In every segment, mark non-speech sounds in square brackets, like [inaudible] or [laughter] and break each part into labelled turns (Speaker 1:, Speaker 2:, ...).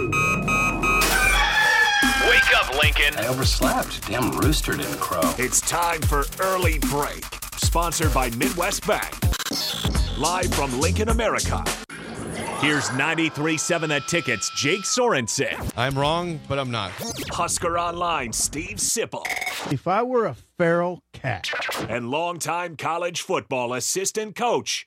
Speaker 1: Wake up, Lincoln.
Speaker 2: I overslept. Damn rooster didn't crow.
Speaker 1: It's time for Early Break, sponsored by Midwest Bank. Live from Lincoln, America. Here's 93.7 The Ticket's Jake Sorensen,
Speaker 3: I'm wrong, but I'm not.
Speaker 1: Husker Online Steve Sipple,
Speaker 4: If I were a feral cat,
Speaker 1: and longtime college football assistant coach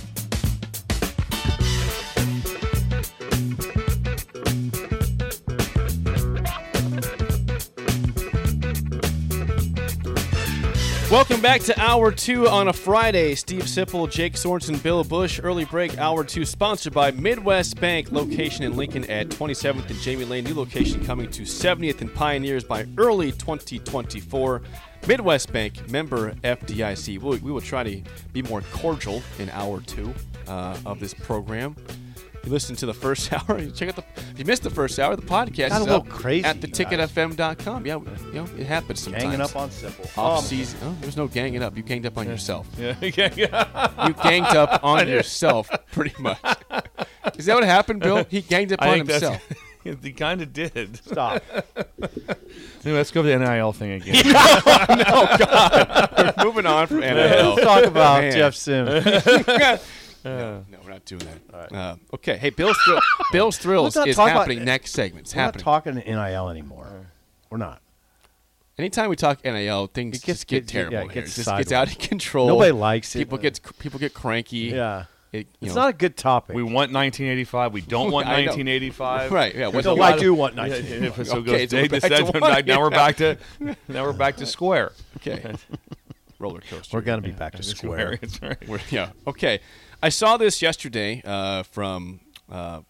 Speaker 5: Welcome back to Hour 2 on a Friday. Steve Sipple, Jake Sorensen, Bill Bush. Early break, Hour 2, sponsored by Midwest Bank. Location in Lincoln at 27th and Jamie Lane. New location coming to 70th and Pioneers by early 2024. Midwest Bank, member FDIC. We, we will try to be more cordial in Hour 2 uh, of this program. If you listened to the first [laughs] hour, you check out the. If you missed the first hour, the podcast
Speaker 4: Got a
Speaker 5: is
Speaker 4: little
Speaker 5: up
Speaker 4: crazy,
Speaker 5: at
Speaker 4: you guys.
Speaker 5: theticketfm.com. Yeah, you know, it happens sometimes.
Speaker 4: hanging up on Simple. Um,
Speaker 5: Off season. Oh, there's no ganging up. You ganged up on yourself.
Speaker 6: Yeah.
Speaker 5: You ganged
Speaker 4: [laughs]
Speaker 5: up on yourself, pretty much. Is that what happened, Bill? He ganged up
Speaker 6: I
Speaker 5: on
Speaker 6: think that's-
Speaker 5: [laughs]
Speaker 4: [laughs]
Speaker 5: himself.
Speaker 6: he kind of did.
Speaker 4: Stop.
Speaker 6: [laughs] Anyway, let's go to the NIL thing again.
Speaker 5: Moving on [laughs] from NIL.
Speaker 4: Let's [laughs] talk about
Speaker 5: Man.
Speaker 4: Jeff Sims.
Speaker 5: No, we're not doing that. Uh, okay. Hey, Bill's
Speaker 4: [laughs]
Speaker 5: Thrill- Bill's thrills
Speaker 4: Let's not
Speaker 5: is
Speaker 4: talk about-
Speaker 5: happening next segment. It's
Speaker 4: We're not
Speaker 5: happening.
Speaker 4: talking to NIL anymore. We're not.
Speaker 5: Anytime we talk NIL, things
Speaker 4: It gets-
Speaker 5: just get
Speaker 4: gets-
Speaker 5: terrible.
Speaker 4: yeah, it
Speaker 5: here.
Speaker 4: gets
Speaker 5: just gets out of control.
Speaker 4: Nobody likes it.
Speaker 5: people Get, people get cranky.
Speaker 4: Yeah.
Speaker 5: It, you
Speaker 4: It's
Speaker 5: know.
Speaker 4: not a good topic.
Speaker 6: we want 1985. We don't want
Speaker 5: [laughs] I know.
Speaker 6: 1985.
Speaker 5: Right, yeah. What's
Speaker 4: No,
Speaker 5: a
Speaker 4: I
Speaker 5: lot of-
Speaker 4: do want
Speaker 6: Yeah,
Speaker 4: 19.
Speaker 6: if it so
Speaker 5: Okay,
Speaker 6: goes,
Speaker 5: so
Speaker 6: they
Speaker 5: we're back to
Speaker 6: decided-
Speaker 5: [laughs] one.
Speaker 6: now we're back to now we're back to square.
Speaker 4: [laughs]
Speaker 5: Okay. Roller coaster.
Speaker 4: We're going to be back
Speaker 6: [laughs]
Speaker 4: to square.
Speaker 6: That's right.
Speaker 5: We're- [laughs] yeah. Okay. I saw this yesterday uh, from uh,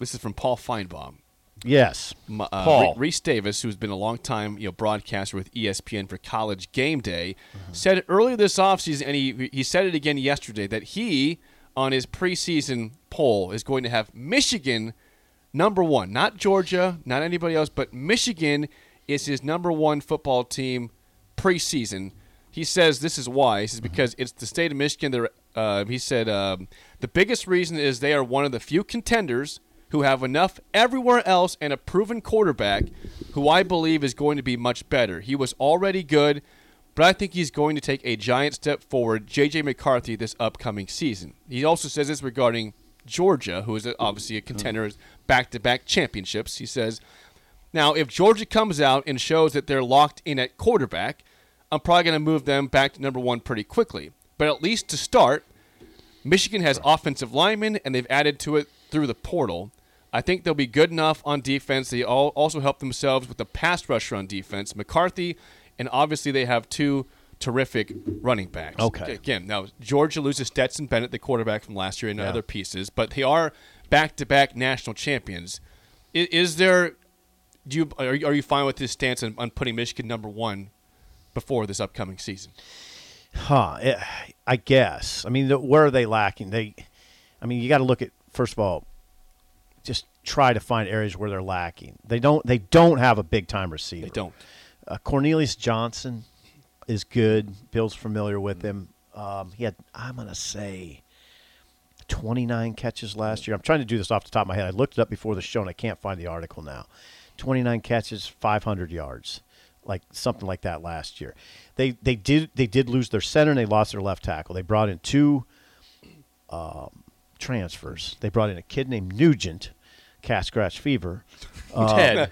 Speaker 5: this is from Paul Feinbaum.
Speaker 4: Yes.
Speaker 5: M- uh,
Speaker 6: Paul.
Speaker 5: Re- Reese Davis, who's been a long time you know broadcaster with E ESPN for College Game Day, said it earlier this offseason, and he he said it again yesterday that he on his preseason poll is going to have Michigan number one, not Georgia, not anybody else, but Michigan is his number one football team preseason. He says this is why. He says because it's the state of Michigan. They're, uh, he said um, the biggest reason is they are one of the few contenders who have enough everywhere else and a proven quarterback who I believe is going to be much better. He was already good, but I think he's going to take a giant step forward, J.J. McCarthy, this upcoming season. He also says this regarding Georgia, who is obviously a contender, back to back championships. He says, now, if Georgia comes out and shows that they're locked in at quarterback, I'm probably going to move them back to number one pretty quickly. But at least to start, Michigan has offensive linemen, and they've added to it through the portal. I think they'll be good enough on defense. They all also help themselves with the pass rusher on defense, McCarthy, and obviously they have two terrific running backs.
Speaker 4: Okay.
Speaker 5: Again, now Georgia loses Stetson Bennett, the quarterback from last year, and other pieces, but they are back-to-back national champions. Is, is there? Do you are, you- are you fine with this stance on, on putting Michigan number one before this upcoming season?
Speaker 4: Huh. eh, I guess. I mean, the, where are they lacking? They, I mean, you got to look at first of all, just try to find areas where they're lacking. They don't. They don't have a big time receiver.
Speaker 3: [laughs]
Speaker 5: They don't.
Speaker 4: Uh, Cornelius Johnson is good. Bill's familiar with him. Um, he had, I'm going to say, 29 catches last year. I'm trying to do this off the top of my head. I looked it up before the show and I can't find the article now. 29 catches, 500 yards, like something like that last year. They they did they did lose their center and they lost their left tackle. They brought in two um, transfers. They brought in a kid named Nugent, cat scratch fever.
Speaker 6: Ted.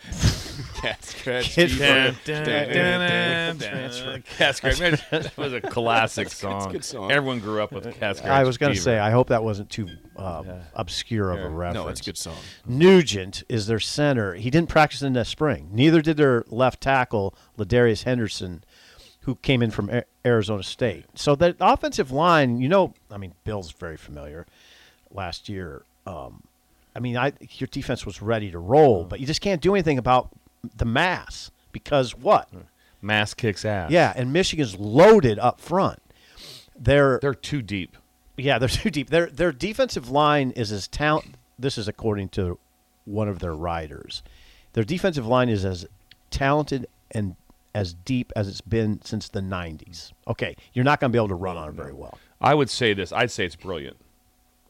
Speaker 5: That's correct.
Speaker 4: Kid-
Speaker 6: Dun, dun, dun, dun, dun. Cat Scratch. Man, [laughs] That was a classic song.
Speaker 5: good song.
Speaker 6: Everyone grew up with Cat Scratch.
Speaker 4: I was going to
Speaker 6: Fever.
Speaker 4: say, I hope that wasn't too uh, obscure of a reference.
Speaker 5: No, it's a good song.
Speaker 4: Nugent is their center. He didn't practice in the spring. Neither did their left tackle, Ladarius Henderson. who came in from A- Arizona State. So the offensive line, you know, I mean, Bill's very familiar. Last year, um, I mean, I your defense was ready to
Speaker 5: Uh-huh.
Speaker 4: roll, but you just can't do anything about the mass because what?
Speaker 5: Mm,
Speaker 3: Mass kicks ass.
Speaker 4: Yeah, and Michigan's loaded up front. They're
Speaker 3: They're too deep.
Speaker 4: yeah, they're [laughs] too deep. Their their defensive line is as talent. This is according to one of their writers. Their defensive line is as talented and as deep as it's been since the '90s. Okay, you're not going to be able to run on it very well.
Speaker 3: I would say this. I'd say it's brilliant.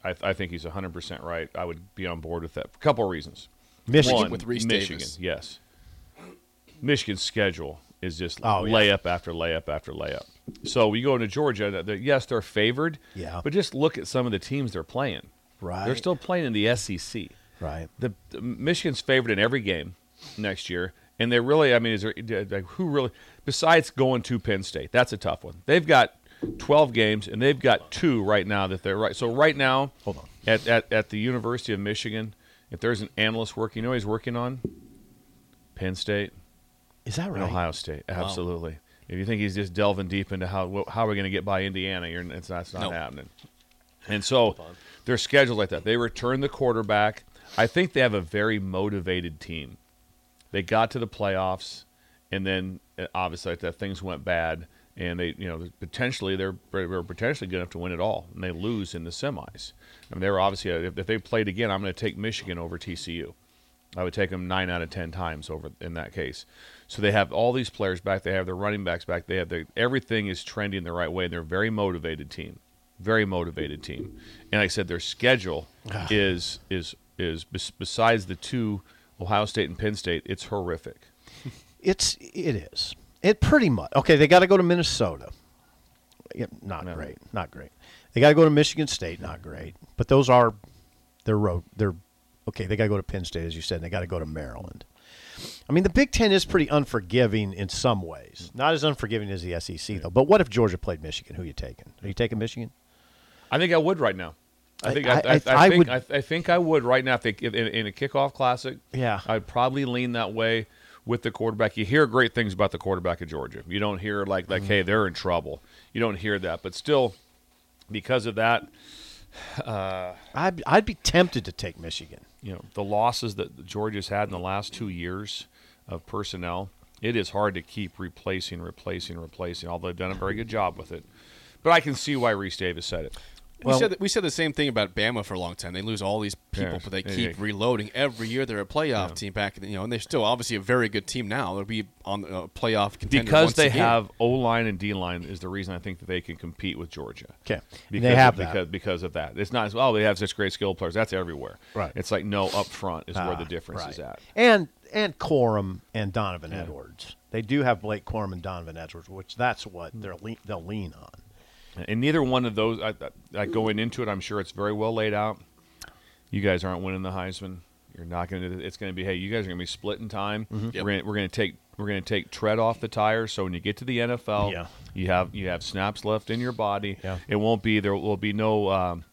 Speaker 3: I, th- I think he's 100% right. I would be on board with that for a couple of reasons.
Speaker 4: Michigan
Speaker 3: One,
Speaker 5: with Reese
Speaker 3: Michigan,
Speaker 5: Davis.
Speaker 3: yes. Michigan's schedule is just
Speaker 4: Oh, yeah.
Speaker 3: layup after layup after layup. So we go into Georgia. and they're- yes, they're favored.
Speaker 4: Yeah.
Speaker 3: But just look at some of the teams they're playing. They're
Speaker 4: Right.
Speaker 3: still playing in the E SEC.
Speaker 4: Right.
Speaker 3: The, the- Michigan's favored in every game next year, and they really. I mean, is there like, who really besides going to Penn State? That's a tough one. They've got twelve games, and they've got two right now that they're right. So right now,
Speaker 4: Hold on.
Speaker 3: at at, at the University of Michigan, if there's an analyst working, you know, he's working on Penn State
Speaker 4: Is that
Speaker 3: and
Speaker 4: right?
Speaker 3: Ohio State. Absolutely. If you think he's just delving deep into how wh- how are we going to get by Indiana, you're, it's not, it's not
Speaker 5: Nope.
Speaker 3: happening. And so they're scheduled like that. They return the quarterback. I think they have a very motivated team. They got to the playoffs, and then uh, obviously like that things went bad, and they you know potentially they're, they're potentially good enough to win it all, and they lose in the semis. I mean, they were obviously if, if they played again, I'm going to take Michigan over TCU. I would take them nine out of ten times over in that case. So they have all these players back. They have their running backs back. They have their, everything is trending the right way, and they're a very motivated team, very motivated team. And like I said, their schedule is is is bes- besides the two Ohio State and Penn State, it's horrific.
Speaker 4: It's it is. It pretty much okay. They got to go to Minnesota. Yeah, not great. Not great. They got to go to Michigan State. Not great. But those are their road. They're okay. They got to go to Penn State, as you said. And they got to go to Maryland. I mean, the Big Ten is pretty unforgiving in some ways. Not as unforgiving as the SEC though. But what if Georgia played Michigan? Who you taking? Are you taking Michigan?
Speaker 3: I think I would right now. I
Speaker 4: I-
Speaker 3: think
Speaker 4: I-
Speaker 3: I, I,
Speaker 4: I-
Speaker 3: I
Speaker 4: I
Speaker 3: think
Speaker 4: would-
Speaker 3: I, I think I would right now. If they if, in, in a kickoff classic,
Speaker 4: Yeah.
Speaker 3: I'd probably lean that way with the quarterback. You hear great things about the quarterback of Georgia. You don't hear like
Speaker 4: Mm-hmm.
Speaker 3: like hey they're in trouble. You don't hear that, but still, because of that,
Speaker 4: I'd I'd be tempted to take Michigan.
Speaker 3: you know the losses that Georgia's had in the last two years of personnel, it is hard to keep replacing, replacing, replacing. Although they've done a very good job with it, but I can see why Reese Davis said it.
Speaker 5: we said that, we said the same thing about Bama for a long time. They lose all these people,
Speaker 3: Yeah.
Speaker 5: but they
Speaker 3: Yeah,
Speaker 5: keep
Speaker 3: yeah.
Speaker 5: reloading every year. They're a playoff team back, in the- you know, and they're still obviously a very good team now. They'll be on a playoff contender
Speaker 3: because
Speaker 5: once
Speaker 3: they
Speaker 5: again.
Speaker 3: have O line and D line is the reason I think that they can compete with Georgia.
Speaker 4: 'Kay. And
Speaker 3: because
Speaker 4: they have that.
Speaker 3: because, because of that. It's not as oh they have such great skill players. That's everywhere.
Speaker 4: Right.
Speaker 3: It's like no up front is where
Speaker 4: Ah,
Speaker 3: the difference is
Speaker 4: right.
Speaker 3: at.
Speaker 4: And and Corum and Donovan Edwards. They do have Blake Corum and Donovan Edwards, which that's what they're lean, they'll lean on.
Speaker 3: And neither one of those I, I, I going into it, I'm sure it's very well laid out. You guys aren't winning the Heisman. You're not going to. It's going to be hey, you guys are going to be splitting time.
Speaker 4: Mm-hmm.
Speaker 5: Yep.
Speaker 3: We're going we're going to take we're going to take tread off the tires. So when you get to the NFL,
Speaker 4: Yeah.
Speaker 3: you have you have snaps left in your body.
Speaker 4: Yeah.
Speaker 3: It won't be there will be no um,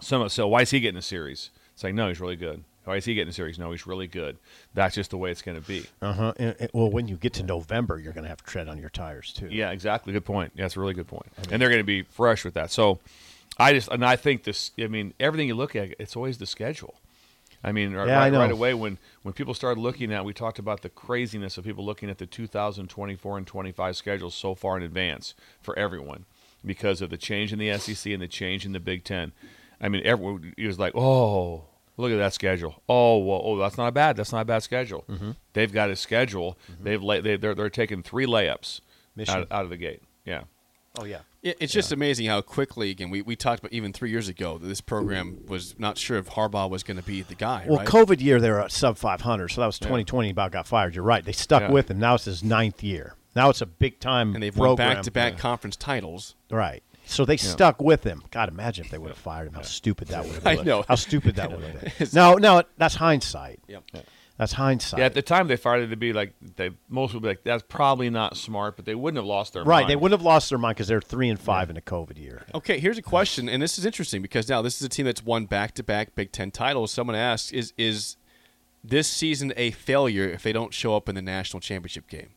Speaker 3: some. So why is he getting a series? It's like no, he's really good. Why is he getting a series? No, he's really good. That's just the way it's going to be.
Speaker 4: Uh huh. Well, when you get to November, you're going to have to tread on your tires too.
Speaker 3: Yeah, exactly. Good point. Yeah, that's a really good point. and they're going to be fresh with that. So, I just and I think this. I mean, everything you look at, it's always the schedule. I mean, right,
Speaker 4: Yeah, I
Speaker 3: right, right
Speaker 4: know.
Speaker 3: away when when people started looking at, we talked about the craziness of people looking at the 2024 and 25 schedules so far in advance for everyone because of the change in the SEC and the change in the Big Ten. I mean, everyone it was like, oh. Look at that schedule. Oh, well, oh, that's not bad. That's not a bad schedule.
Speaker 4: Mm-hmm.
Speaker 3: They've got a schedule. They've la- they, they're they're taking three layups
Speaker 4: Michigan.
Speaker 3: out, out of the gate. Yeah.
Speaker 4: Oh yeah.
Speaker 5: It, it's just amazing how quickly again we, we talked about even three years ago that this program was not sure if Harbaugh was going to be the guy.
Speaker 4: Well,
Speaker 5: right?
Speaker 4: COVID year they were at sub 500, so that was 2020. About got fired. You're right. They stuck
Speaker 3: Yeah.
Speaker 4: with him. Now it's his ninth year. Now it's a big time.
Speaker 5: and they've won
Speaker 4: program.
Speaker 5: back to back conference titles.
Speaker 4: Right. So they stuck with him. God, imagine if they would have fired him. How stupid that [laughs] would have
Speaker 5: I
Speaker 4: been.
Speaker 5: know.
Speaker 4: How stupid that would [laughs] have been. No, no, that's hindsight.
Speaker 5: Yep.
Speaker 4: That's hindsight.
Speaker 3: Yeah, at the time they fired it to be like they most would be like that's probably not smart, but they wouldn't have lost their
Speaker 4: Right,
Speaker 3: mind.
Speaker 4: they would have lost their mind because they're three and five in a COVID year.
Speaker 5: Okay, here's a question, and this is interesting because now this is a team that's won back to back Big Ten titles. Someone asked, "Is is this season a failure if they don't show up in the national championship game?"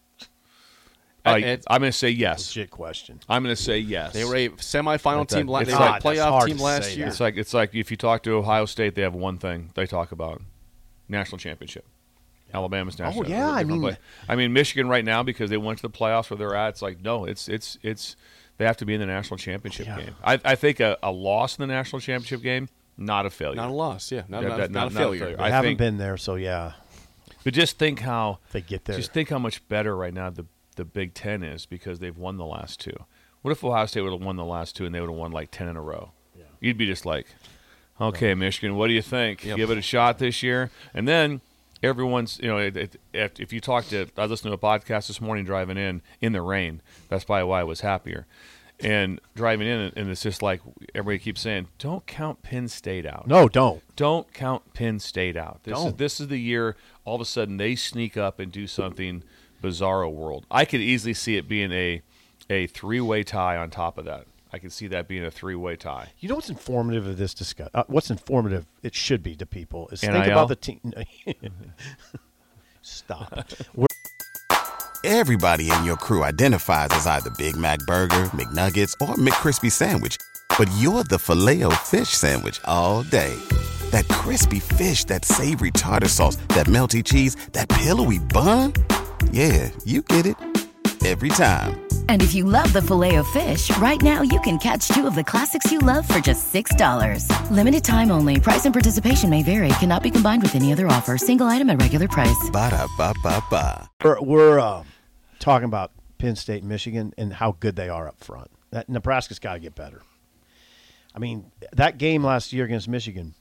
Speaker 3: Uh,
Speaker 5: It's-
Speaker 3: I'm going to say yes.
Speaker 4: Legit question.
Speaker 3: I'm going to say yes.
Speaker 5: They were a semifinal
Speaker 3: It's
Speaker 5: team.
Speaker 3: like-
Speaker 5: last
Speaker 3: it's
Speaker 5: they were a
Speaker 3: hard-
Speaker 4: it's hard
Speaker 5: playoff team
Speaker 4: to
Speaker 5: last
Speaker 4: say
Speaker 5: year.
Speaker 3: It's like it's like if you talk to Ohio State, they have one thing they talk about: national championship. Alabama's national.
Speaker 4: yeah, I
Speaker 3: different
Speaker 4: mean-
Speaker 3: play. I mean Michigan right now because they went to the playoffs where they're at. It's like no, it's it's it's they have to be in the national championship game. I, I think a, a loss in the national championship game, not a failure.
Speaker 5: Not a loss, yeah. Not,
Speaker 3: That-
Speaker 5: not,
Speaker 3: that-
Speaker 5: not a failure.
Speaker 4: I
Speaker 3: I
Speaker 4: haven't
Speaker 3: think-
Speaker 4: been there, so yeah.
Speaker 3: But just think how
Speaker 4: They get there.
Speaker 3: Just think how much better right now the the Big Ten is because they've won the last two. What if Ohio State would have won the last two and they would have won like ten in a row? Yeah. You'd be just like, okay, Michigan, what do you think? Give it a shot this year, and then everyone's you know it, it, if, if you talk to I listened to a podcast this morning driving in in the rain. That's probably why I was happier. And driving in, and it's just like everybody keeps saying, "Don't count Penn State out."
Speaker 4: No, don't.
Speaker 3: don't count Penn State out. This is
Speaker 4: Don't.
Speaker 3: this is the year all of a sudden they sneak up and do something bizarro world. I could easily see it being a a three way tie on top of that. I could see that being a three way tie.
Speaker 4: You know what's informative of this discussion? Uh, what's informative? It should be to people is think
Speaker 3: NIL?
Speaker 4: about the team. [laughs] Stop.
Speaker 7: Everybody in your crew identifies as either Big Mac Burger, McNuggets, or McCrispy Sandwich. But you're the filet fish Sandwich all day. That crispy fish, that savory tartar sauce, that melty cheese, that pillowy bun. Yeah, you get it. Every time.
Speaker 8: And if you love the filet of fish, right now you can catch two of the classics you love for just $6. Limited time only. Price and participation may vary. Cannot be combined with any other offer. Single item at regular price.
Speaker 7: Ba-da-ba-ba-ba.
Speaker 4: we're we're um, talking about Penn State, and Michigan, and how good they are up front. That Nebraska's got to get better. I mean, that game last year against Michigan,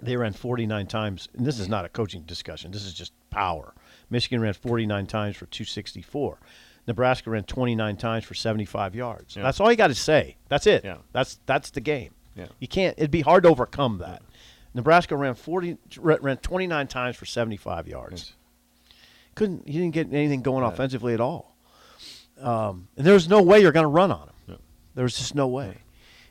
Speaker 4: they ran 49 times, and this is not a coaching discussion. This is just power. Michigan ran 49 times for 264. Nebraska ran 29 times for 75 yards. That's all you got to say. That's it.
Speaker 3: Yeah.
Speaker 4: That's that's the game.
Speaker 3: Yeah.
Speaker 4: You can't. It'd be hard to overcome that. Nebraska ran 40 ran 29 times for 75 yards couldn't you didn't get anything going offensively at all. Um, and there's no way you're going to run on him. There's just no way.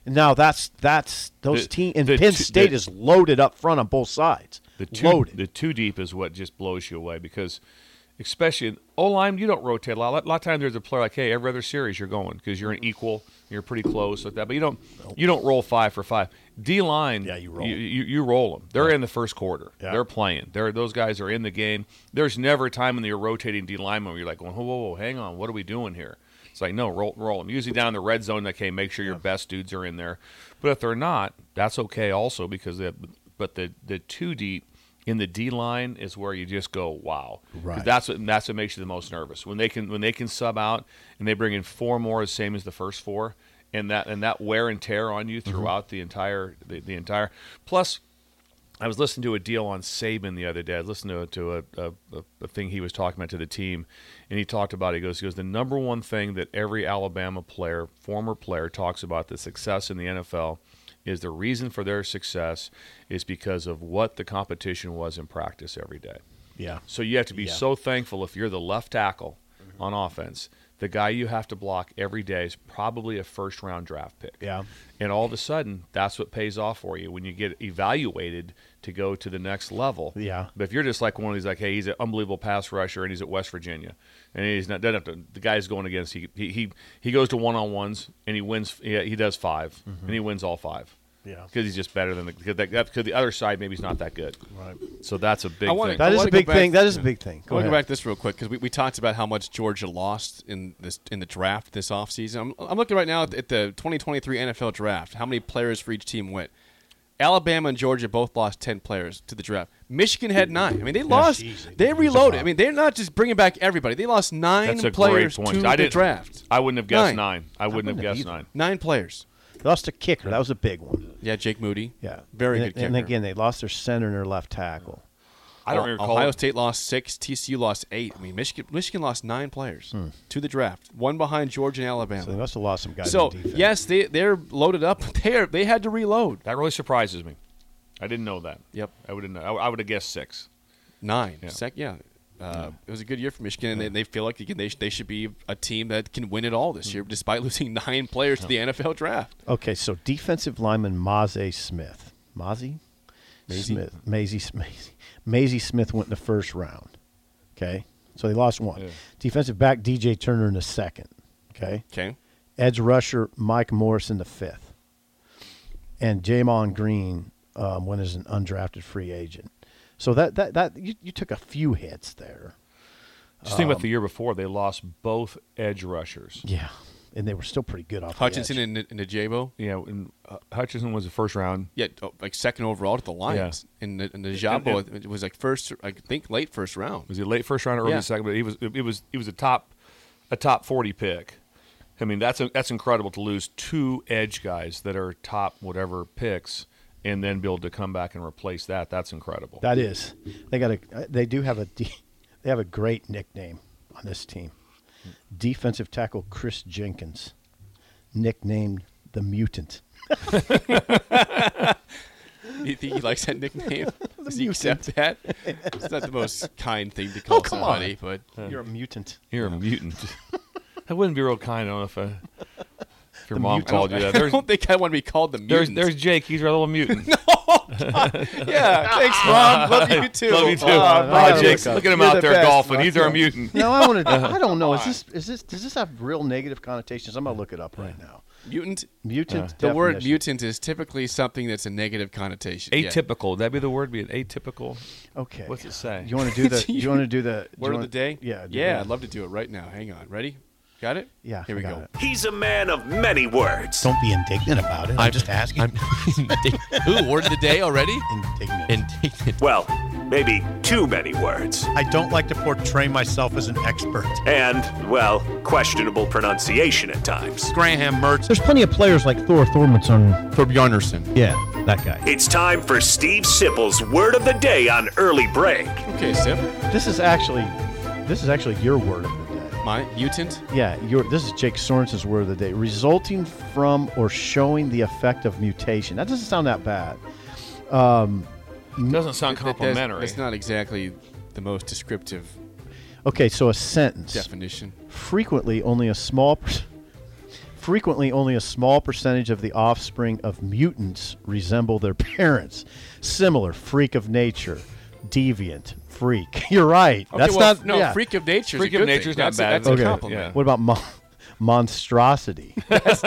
Speaker 4: And now that's that's those
Speaker 3: The-
Speaker 4: team and
Speaker 3: the
Speaker 4: Penn
Speaker 3: two-
Speaker 4: State
Speaker 3: the-
Speaker 4: is loaded up front on both sides.
Speaker 3: The two
Speaker 4: loaded.
Speaker 3: the two deep is what just blows you away because especially O line you don't rotate a lot. A lot of times there's a player like hey every other series you're going because you're
Speaker 4: Mm-hmm.
Speaker 3: an equal you're pretty close like that but you don't you don't roll five for five. D line
Speaker 4: Yeah, you roll.
Speaker 3: you, you, you roll them. They're in the first quarter.
Speaker 4: Yeah.
Speaker 3: They're playing. They're those guys are in the game. There's never a time when you're rotating D lineman where you're like going whoa whoa whoa hang on what are we doing here. It's like no roll roll them. Usually down in the red zone like hey make sure your best dudes are in there, but if they're not that's okay also because they but the the two deep in the D line is where you just go, wow. 'Cause
Speaker 4: Right.
Speaker 3: That's what that's what makes you the most nervous when they can when they can sub out and they bring in four more, the same as the first four, and that and that wear and tear on you throughout the entire the, the entire. Plus, I was listening to a deal on Saban the other day. I listened to, to a, a, a, a thing he was talking about to the team, and he talked about it. He goes, he goes, the number one thing that every Alabama player, former player, talks about the success in the NFL is the reason for their success is because of what the competition was in practice every day.
Speaker 4: yeah.
Speaker 3: So you have to be
Speaker 4: Yeah. Mm-hmm.
Speaker 3: so thankful if you're the left tackle on offense. The guy you have to block every day is probably a first round draft pick.
Speaker 4: Yeah.
Speaker 3: And all of a sudden, that's what pays off for you when you get evaluated to go to the next level.
Speaker 4: Yeah.
Speaker 3: But if you're just like one of these, like, hey, he's an unbelievable pass rusher and he's at West Virginia, and he's not doesn't have to. The guy's going against he he he, he goes to one on ones and he wins. Yeah, he does 5 and he wins all five.
Speaker 4: Mm-hmm. Yeah.
Speaker 3: Because he's just better than the because that, that, 'cause the other side maybe he's not that good. Right. So that's a big
Speaker 5: I wanna-
Speaker 3: thing.
Speaker 5: I
Speaker 4: That is
Speaker 5: wanna
Speaker 4: a
Speaker 5: go
Speaker 4: big
Speaker 5: back-
Speaker 4: thing. That is a big thing.
Speaker 5: I
Speaker 4: Go
Speaker 5: want to
Speaker 4: ahead.
Speaker 5: go back to this real quick because we, we talked about how much Georgia lost in this in the draft this offseason. I'm, I'm looking right now at, at the 2023 NFL draft. How many players for each team went? Alabama and Georgia both lost 10 players to the draft. Michigan had nine. I mean, they lost.
Speaker 4: jeez.
Speaker 5: they
Speaker 4: That's a
Speaker 5: reloaded.
Speaker 4: lot.
Speaker 5: I mean, they're not just bringing back everybody. They lost nine
Speaker 3: That's a
Speaker 5: players
Speaker 3: great point.
Speaker 5: to
Speaker 3: I
Speaker 5: the
Speaker 3: didn't-
Speaker 5: draft.
Speaker 3: I wouldn't have guessed
Speaker 5: Nine.
Speaker 3: nine. I wouldn't, have guessed
Speaker 4: either.
Speaker 3: nine.
Speaker 5: Nine players.
Speaker 4: They lost a kicker. That was a big one.
Speaker 5: Yeah, Jake Moody.
Speaker 4: Yeah.
Speaker 5: Very
Speaker 4: and,
Speaker 5: good kicker.
Speaker 4: And again, they lost their center and their left tackle.
Speaker 3: I don't
Speaker 5: Ohio
Speaker 3: recall. it.
Speaker 5: State lost six. TCU lost eight. I mean, Michigan Michigan lost nine players to the draft. One behind Georgia and Alabama.
Speaker 4: Hmm. So they must have lost some guys.
Speaker 5: So
Speaker 4: on defense.
Speaker 5: yes, they they're loaded up. [laughs] but They are, they had to reload.
Speaker 3: That really surprises me. I didn't know that.
Speaker 5: Yep.
Speaker 3: I would have. I, I would have guessed six.
Speaker 5: Nine.
Speaker 3: Yeah.
Speaker 5: Sec, yeah. Uh, It was a good year for Michigan, and they, they feel like again they, sh- they should be a team that can win it all this
Speaker 4: Hmm.
Speaker 5: year, despite [laughs] losing nine players to the NFL draft.
Speaker 4: Okay, so defensive lineman Maze Smith. Maze? [laughs] Smith. Maisie, Maisie, Maisie Smith went in the first round. Okay. So they lost one. Defensive back DJ Turner in the second. Okay.
Speaker 5: Okay.
Speaker 4: Edge rusher Mike Morris in the fifth. And Jamon Green um, went as an undrafted free agent. So that that, that you, you took a few hits there.
Speaker 3: Just think about the year before. They lost both edge rushers.
Speaker 4: Yeah. And they were still pretty good off
Speaker 5: Hutchinson
Speaker 4: the edge.
Speaker 5: and, and Najabo.
Speaker 3: Yeah, and uh, Hutchinson was the first round.
Speaker 5: Yeah, oh, like second overall to the Lions, and the, and Najabo it was like first, I think late first round.
Speaker 3: Was he late first round or early
Speaker 5: Yeah.
Speaker 3: second? But he was. It was. He was a top, a top forty pick. I mean, that's a, that's incredible to lose two edge guys that are top whatever picks, and then be able to come back and replace that. That's incredible.
Speaker 4: That is. They got a they do have a de- [laughs] they have a great nickname on this team. Defensive tackle Chris Jenkins, nicknamed the Mutant.
Speaker 5: [laughs] You think he likes that
Speaker 4: [laughs]
Speaker 5: nickname? Does he accept that? It's not the most kind thing to call
Speaker 4: Oh, come on.
Speaker 5: somebody, but
Speaker 4: You're a mutant.
Speaker 3: You're a mutant. [laughs] I wouldn't be real kind on if, I, if your
Speaker 4: The
Speaker 3: mom
Speaker 4: mutant.
Speaker 3: called you
Speaker 5: [laughs] I
Speaker 3: that. There's,
Speaker 5: don't think I want to be called the
Speaker 3: there's,
Speaker 5: mutant.
Speaker 3: there's Jake. He's our little
Speaker 5: [laughs]
Speaker 3: mutant.
Speaker 5: yeah,
Speaker 3: [laughs]
Speaker 5: thanks, Mom. Love you too.
Speaker 3: Love you too.
Speaker 5: Uh,
Speaker 3: Bye,
Speaker 4: no,
Speaker 3: Jake.
Speaker 4: look
Speaker 3: Look at him
Speaker 5: You're
Speaker 3: out
Speaker 5: the
Speaker 3: there
Speaker 5: best,
Speaker 3: golfing.
Speaker 5: Mike.
Speaker 3: He's our mutant.
Speaker 4: No, I [laughs] want to. I don't know. Is this is this does this have real negative connotations? I'm gonna look it up right now.
Speaker 5: mutant.
Speaker 4: Mutant.
Speaker 5: The word
Speaker 4: definition.
Speaker 5: mutant is typically something that's a negative connotation. Yeah. Mm-hmm.
Speaker 3: Atypical. That'd be the word. Be an atypical.
Speaker 4: Okay.
Speaker 3: What's it say?
Speaker 4: You want to do the? you want to
Speaker 5: [laughs]
Speaker 4: do the do you
Speaker 5: Word of
Speaker 4: wanna-
Speaker 5: the day?
Speaker 4: Yeah. do
Speaker 5: Yeah,
Speaker 4: that.
Speaker 5: I'd love to do it right now. Hang on. Ready? Got it?
Speaker 4: Yeah,
Speaker 5: Here we
Speaker 4: I
Speaker 5: go.
Speaker 4: got
Speaker 1: He's a man of many words.
Speaker 9: Don't be indignant about it. I'm, just asking. I'm
Speaker 5: Ooh, word of the day
Speaker 4: [laughs]
Speaker 5: already?
Speaker 9: indignant.
Speaker 10: Indignant.
Speaker 1: Well, maybe too many words.
Speaker 9: I don't like to portray myself as an expert.
Speaker 1: And, well, questionable pronunciation at times.
Speaker 9: Graham Mertz.
Speaker 6: There's plenty of players like Thor Thormundsson.
Speaker 9: Herb Yarnerson. Yeah, that guy.
Speaker 1: It's time for Steve Sipple's word of the day on early break.
Speaker 5: Okay, Sip.
Speaker 4: it. This is actually, this is actually your word of the day.
Speaker 5: My mutant.
Speaker 4: Yeah, your this is Jake Sorensen's word of the day. Resulting from or showing the effect of mutation. That doesn't sound that bad.
Speaker 3: Doesn't sound
Speaker 5: That- that's-
Speaker 3: complimentary.
Speaker 5: That's, not exactly the most descriptive
Speaker 4: Okay, so a sentence.
Speaker 5: definition.
Speaker 4: frequently only a small per- frequently only a small percentage of the offspring of mutants resemble their [laughs] parents similar freak of nature deviant freak [laughs] you're right
Speaker 5: Okay,
Speaker 4: that's
Speaker 5: well,
Speaker 4: not
Speaker 5: no
Speaker 4: yeah.
Speaker 5: freak of nature.
Speaker 3: Freak
Speaker 5: a
Speaker 3: of
Speaker 5: good
Speaker 3: nature's
Speaker 5: thing.
Speaker 3: not
Speaker 5: that's
Speaker 3: bad.
Speaker 5: A, that's
Speaker 3: Okay,
Speaker 5: a compliment.
Speaker 4: what about mon- monstrosity
Speaker 5: That's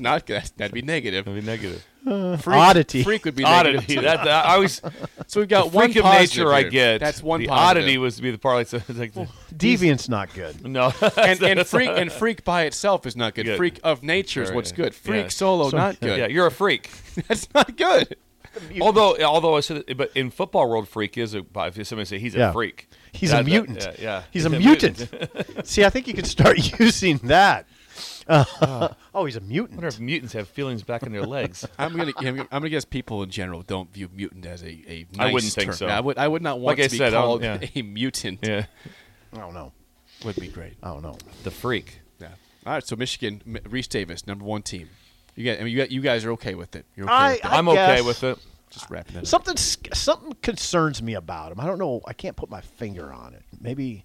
Speaker 5: not. That's, that'd be negative.
Speaker 3: That'd be negative.
Speaker 5: [laughs] Freak,
Speaker 4: [laughs] oddity.
Speaker 5: Freak would be
Speaker 3: Oddity.
Speaker 5: negative.
Speaker 3: That, that- I always
Speaker 5: so [laughs] we've got
Speaker 3: the
Speaker 5: one
Speaker 3: freak of
Speaker 5: positive
Speaker 3: nature. I
Speaker 5: here.
Speaker 3: get
Speaker 5: That's one
Speaker 3: The
Speaker 5: positive.
Speaker 3: oddity was to be the part like, it's like the,
Speaker 4: deviant's not good
Speaker 3: no. [laughs]
Speaker 5: [laughs] and, and freak and freak by itself is not good.
Speaker 3: Good.
Speaker 5: Freak of nature is
Speaker 3: Sure,
Speaker 5: what's
Speaker 3: yeah.
Speaker 5: good. Freak
Speaker 3: Yeah.
Speaker 5: solo not good.
Speaker 3: yeah, you're a freak.
Speaker 5: [laughs] That's not good.
Speaker 3: although, although I said, but in football world, freak is a. If somebody say he's
Speaker 4: Yeah.
Speaker 3: a freak,
Speaker 4: he's
Speaker 3: That-
Speaker 4: a
Speaker 3: that-
Speaker 4: mutant
Speaker 3: yeah, yeah.
Speaker 4: he's a mutant [laughs] see i think you could start [laughs] using that
Speaker 5: [laughs]
Speaker 4: Uh, oh he's
Speaker 3: [laughs] I
Speaker 4: a
Speaker 3: wonder
Speaker 4: mutant
Speaker 3: if mutants have feelings back in their
Speaker 4: [laughs]
Speaker 3: legs.
Speaker 5: I'm gonna. I'm gonna- I'm gonna guess people in general don't view mutant as a a nice
Speaker 3: I wouldn't think
Speaker 5: term.
Speaker 3: so.
Speaker 5: I would. I would not want
Speaker 3: Like I
Speaker 5: to be
Speaker 3: said, I don't-
Speaker 5: called
Speaker 3: yeah.
Speaker 5: a mutant.
Speaker 3: yeah,
Speaker 4: i don't know
Speaker 5: Would be great.
Speaker 4: i don't know
Speaker 3: the freak.
Speaker 5: Yeah. All right. So Michigan, M- Reese Davis, number one team. You guys. I mean, you, got, you guys are okay with it. You're okay
Speaker 4: I-
Speaker 5: with that.
Speaker 4: I-
Speaker 3: I'm okay
Speaker 4: guess.
Speaker 3: with it.
Speaker 5: Just wrapping it up.
Speaker 4: Something sc- something concerns me about him. I don't know. I can't put my finger on it. Maybe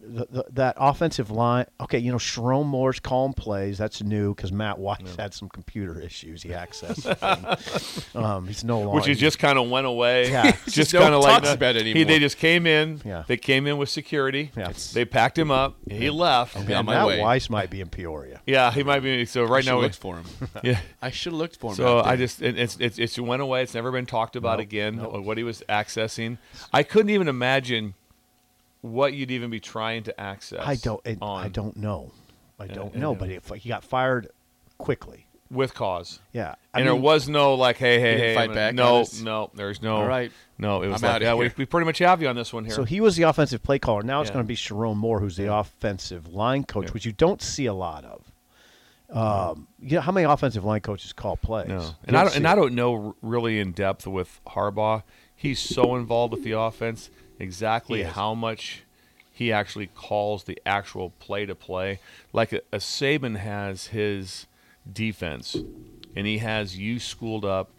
Speaker 4: the, the, that offensive line. Okay, you know, Sharon Moore's calm plays. That's new because Matt White had some computer [laughs] issues. He accessed. the
Speaker 3: [laughs]
Speaker 4: thing. um, he's no longer.
Speaker 3: which is just kind of went away.
Speaker 4: Yeah.
Speaker 3: [laughs] just
Speaker 5: Just no
Speaker 3: kind of like
Speaker 5: talks about it
Speaker 3: he-
Speaker 5: anymore.
Speaker 3: they just came in.
Speaker 4: Yeah.
Speaker 3: They came in with security.
Speaker 4: Yeah.
Speaker 3: They packed him up. He left.
Speaker 5: be on
Speaker 4: And
Speaker 5: my
Speaker 4: Matt
Speaker 5: way.
Speaker 4: Weiss might be in Peoria.
Speaker 3: Yeah, he might be. So
Speaker 5: I
Speaker 3: right
Speaker 5: should
Speaker 3: now, we,
Speaker 5: looked for him.
Speaker 3: yeah.
Speaker 5: I should have looked for him.
Speaker 3: So
Speaker 5: out
Speaker 3: I
Speaker 5: there.
Speaker 3: just it, it's it's it's went away. It's never been talked about again. Or what he was accessing, I couldn't even imagine what you'd even be trying to access.
Speaker 4: I don't. It, I
Speaker 3: on-
Speaker 4: don't know. I don't
Speaker 3: and-
Speaker 4: know. But if he got fired quickly,
Speaker 3: with cause.
Speaker 4: yeah. I
Speaker 3: And
Speaker 4: mean,
Speaker 3: there was no like, hey, hey,
Speaker 5: didn't
Speaker 3: hey,
Speaker 5: fight
Speaker 3: I'm gonna-
Speaker 5: back on
Speaker 3: No,
Speaker 5: this?
Speaker 3: no, there's no.
Speaker 5: All right.
Speaker 3: No, it was
Speaker 5: I'm
Speaker 3: like,
Speaker 5: outta
Speaker 3: yeah, we,
Speaker 5: here.
Speaker 3: we pretty much have you on this one here.
Speaker 4: So he was the offensive play caller. Now it's
Speaker 3: Yeah.
Speaker 4: going to be Sharon Moore, who's the offensive line coach, which you don't see a lot of. Um, you know, how many offensive line coaches call plays?
Speaker 3: No.
Speaker 4: You
Speaker 3: And I don't,
Speaker 4: see
Speaker 3: and
Speaker 4: it.
Speaker 3: I don't know r- really in depth with Harbaugh. He's so involved with the offense, exactly
Speaker 4: He is.
Speaker 3: how much he actually calls the actual play to play. Like a, a Saban has his defense, and he has you schooled up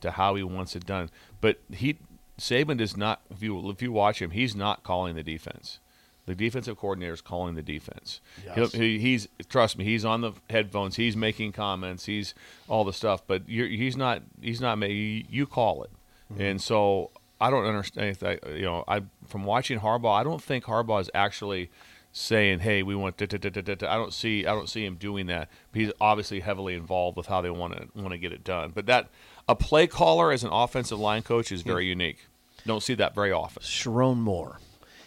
Speaker 3: to how he wants it done. But he Saban does not. If you if you watch him, he's not calling the defense. The defensive coordinator is calling the defense. He'll-
Speaker 4: Yes.
Speaker 3: he, he's trust me. He's on the headphones. He's making comments. He's all the stuff. But you're, he's not. He's not making. You call it. And so I don't understand. That, you know, I from watching Harbaugh, I don't think Harbaugh is actually saying, "Hey, we want." Da, da, da, da, da, da." I don't see. I don't see him doing that. But he's obviously heavily involved with how they want to want to get it done. But that a play caller as an offensive line coach is very unique. Don't see that very often.
Speaker 4: Sharon Moore.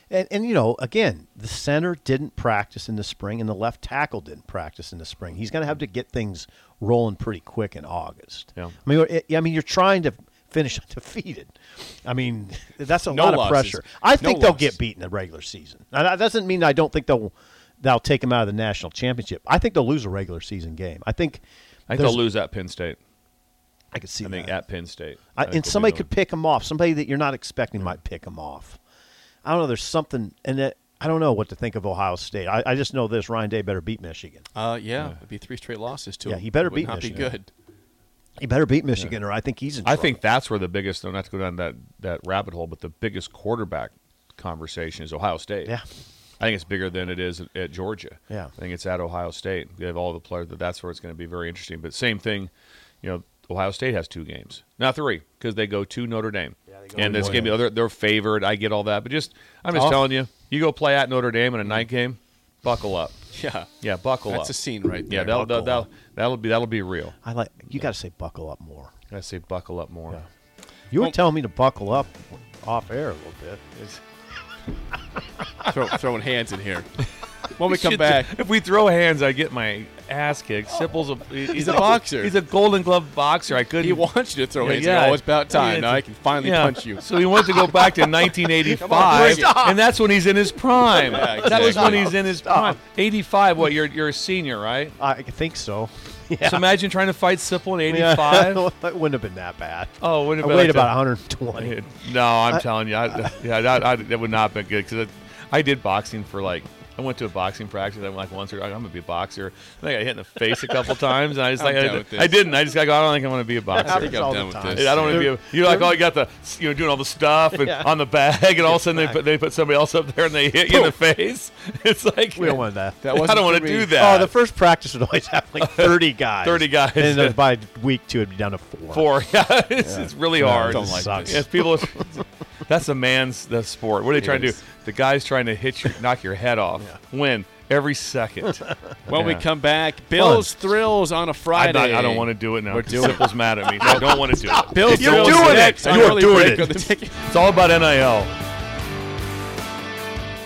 Speaker 4: And, and, you know, again, the center didn't practice in the spring and the left tackle didn't practice in the spring. He's going to have to get things rolling pretty quick in August.
Speaker 3: Yeah.
Speaker 4: I mean, it- I mean, you're trying to finish [laughs] undefeated. I mean, that's a
Speaker 5: No
Speaker 4: lot of
Speaker 5: losses.
Speaker 4: pressure. I
Speaker 5: No
Speaker 4: think they'll
Speaker 5: losses.
Speaker 4: get beat in the regular season. Now, that doesn't mean I don't think they'll they'll take them out of the national championship. I think they'll lose a regular season game. I think
Speaker 3: I think
Speaker 4: there's-
Speaker 3: they'll lose at Penn State.
Speaker 4: I could see
Speaker 3: I think
Speaker 4: that.
Speaker 3: at Penn State.
Speaker 4: I,
Speaker 3: I think
Speaker 4: and
Speaker 3: they'll
Speaker 4: somebody
Speaker 3: be
Speaker 4: could
Speaker 3: doing-
Speaker 4: pick them off. Somebody that you're not expecting might pick them off. I don't know. There's something, and that, I don't know what to think of Ohio State. I, I just know this: Ryan Day better beat Michigan.
Speaker 5: Uh, yeah, it'd be three straight losses to
Speaker 4: Yeah,
Speaker 5: him.
Speaker 4: he better
Speaker 5: Would
Speaker 4: beat
Speaker 5: not
Speaker 4: Michigan.
Speaker 5: be good.
Speaker 4: He better beat Michigan, or I think he's in.
Speaker 3: I
Speaker 4: trouble.
Speaker 3: think that's where the biggest. Not to go down that that rabbit hole, but the biggest quarterback conversation is Ohio State.
Speaker 4: Yeah.
Speaker 3: I think it's bigger than it is at, at Georgia.
Speaker 4: Yeah.
Speaker 3: I think it's at Ohio State. They have all the players. That that's where it's going to be very interesting. But same thing, you know, Ohio State has two games, not three, because they go to Notre Dame. Yeah, they go and it's going to be other. They're favored. I get all that, but just I'm just
Speaker 5: Oh.
Speaker 3: telling you, you go play at Notre Dame in a night game, buckle up.
Speaker 5: [laughs] Yeah,
Speaker 3: Yeah, buckle up.
Speaker 5: that's a scene right
Speaker 3: Yeah,
Speaker 5: there.
Speaker 3: that'll, that'll
Speaker 4: Buckle
Speaker 3: that'll that'll be that'll be real.
Speaker 4: I like. You got to say buckle up more.
Speaker 3: I say buckle up more.
Speaker 4: You were telling me to buckle up off air a little bit.
Speaker 5: Throw, throwing hands in [laughs] here. When we come back, Oh.
Speaker 3: If we throw hands, I get my ass kicked. Sipple's a he's,
Speaker 5: a boxer.
Speaker 3: He's a Golden Glove boxer. I couldn't.
Speaker 5: [laughs] he wants you to
Speaker 3: [laughs]
Speaker 5: throw
Speaker 3: Yeah,
Speaker 5: hands.
Speaker 3: yeah.
Speaker 5: Yeah, oh, it's about
Speaker 3: Yeah,
Speaker 5: time.
Speaker 3: it's-
Speaker 5: now I can finally
Speaker 3: yeah.
Speaker 5: punch you.
Speaker 3: So he wants to go back
Speaker 5: [laughs]
Speaker 3: to
Speaker 5: on,
Speaker 3: 1985,
Speaker 5: bring it.
Speaker 3: and that's when he's in his prime.
Speaker 5: Yeah,
Speaker 3: That was when
Speaker 5: exactly.
Speaker 3: he's in his prime. 85. What? You're you're a senior, right?
Speaker 4: I think so. [laughs]
Speaker 3: So imagine trying to fight Sipple in
Speaker 4: Yeah. [laughs]
Speaker 5: [laughs]
Speaker 3: 85.
Speaker 4: it wouldn't have been that bad.
Speaker 3: Oh, it would have
Speaker 4: I
Speaker 3: been
Speaker 4: weighed
Speaker 3: like
Speaker 4: about
Speaker 3: a-
Speaker 4: 120.
Speaker 3: [laughs] No, I'm telling you, I, yeah, that, I, that would not have been good because I did boxing for like I went to a boxing practice. I went like once or I'm gonna be a boxer. I think I got hit in the face a couple times, and I just
Speaker 5: I'm
Speaker 3: like
Speaker 5: done
Speaker 3: I,
Speaker 5: with this.
Speaker 3: I didn't. I just got go. I don't think I'm gonna be a
Speaker 5: I
Speaker 3: boxer.
Speaker 5: think
Speaker 4: Happens all
Speaker 5: I'm
Speaker 4: the
Speaker 5: done with
Speaker 4: time.
Speaker 5: this.
Speaker 3: I don't want to be. A, you like all you got the you know doing all the stuff and on the bag, and all of a sudden they put, they put somebody else up there and they hit you in the face. [laughs] It's like
Speaker 4: [laughs] We don't want that.
Speaker 5: That
Speaker 3: I
Speaker 5: wasn't
Speaker 3: don't want
Speaker 5: for
Speaker 3: to
Speaker 5: me.
Speaker 3: do that.
Speaker 4: [laughs] Oh, the first practice would always have like
Speaker 3: [laughs]
Speaker 4: 30 guys.
Speaker 3: 30 guys.
Speaker 4: And
Speaker 3: [laughs]
Speaker 4: then by week two, it'd be down to four.
Speaker 3: four. [laughs] Yeah, it's, it's really hard.
Speaker 4: don't like Sucks. this.
Speaker 3: Yes, people. [laughs] that's a man's the sport. What are they trying to
Speaker 5: is.
Speaker 3: do? The guy's trying to hit you, knock your head off. Win every
Speaker 5: [laughs]
Speaker 3: second.
Speaker 5: When we
Speaker 3: Yeah.
Speaker 5: come back, Bill's Thrills on a
Speaker 3: I'm
Speaker 5: Friday.
Speaker 3: not, I don't want to do it now.
Speaker 5: We're doing
Speaker 3: Simple's
Speaker 5: [laughs]
Speaker 3: mad at me. I don't want to do it.
Speaker 5: Bill's
Speaker 3: You're
Speaker 5: Thrills
Speaker 3: doing it.
Speaker 5: next on
Speaker 3: You're
Speaker 5: [laughs] Early
Speaker 3: doing
Speaker 5: Break
Speaker 3: it.
Speaker 5: on the Ticket.
Speaker 3: It's all about NIL.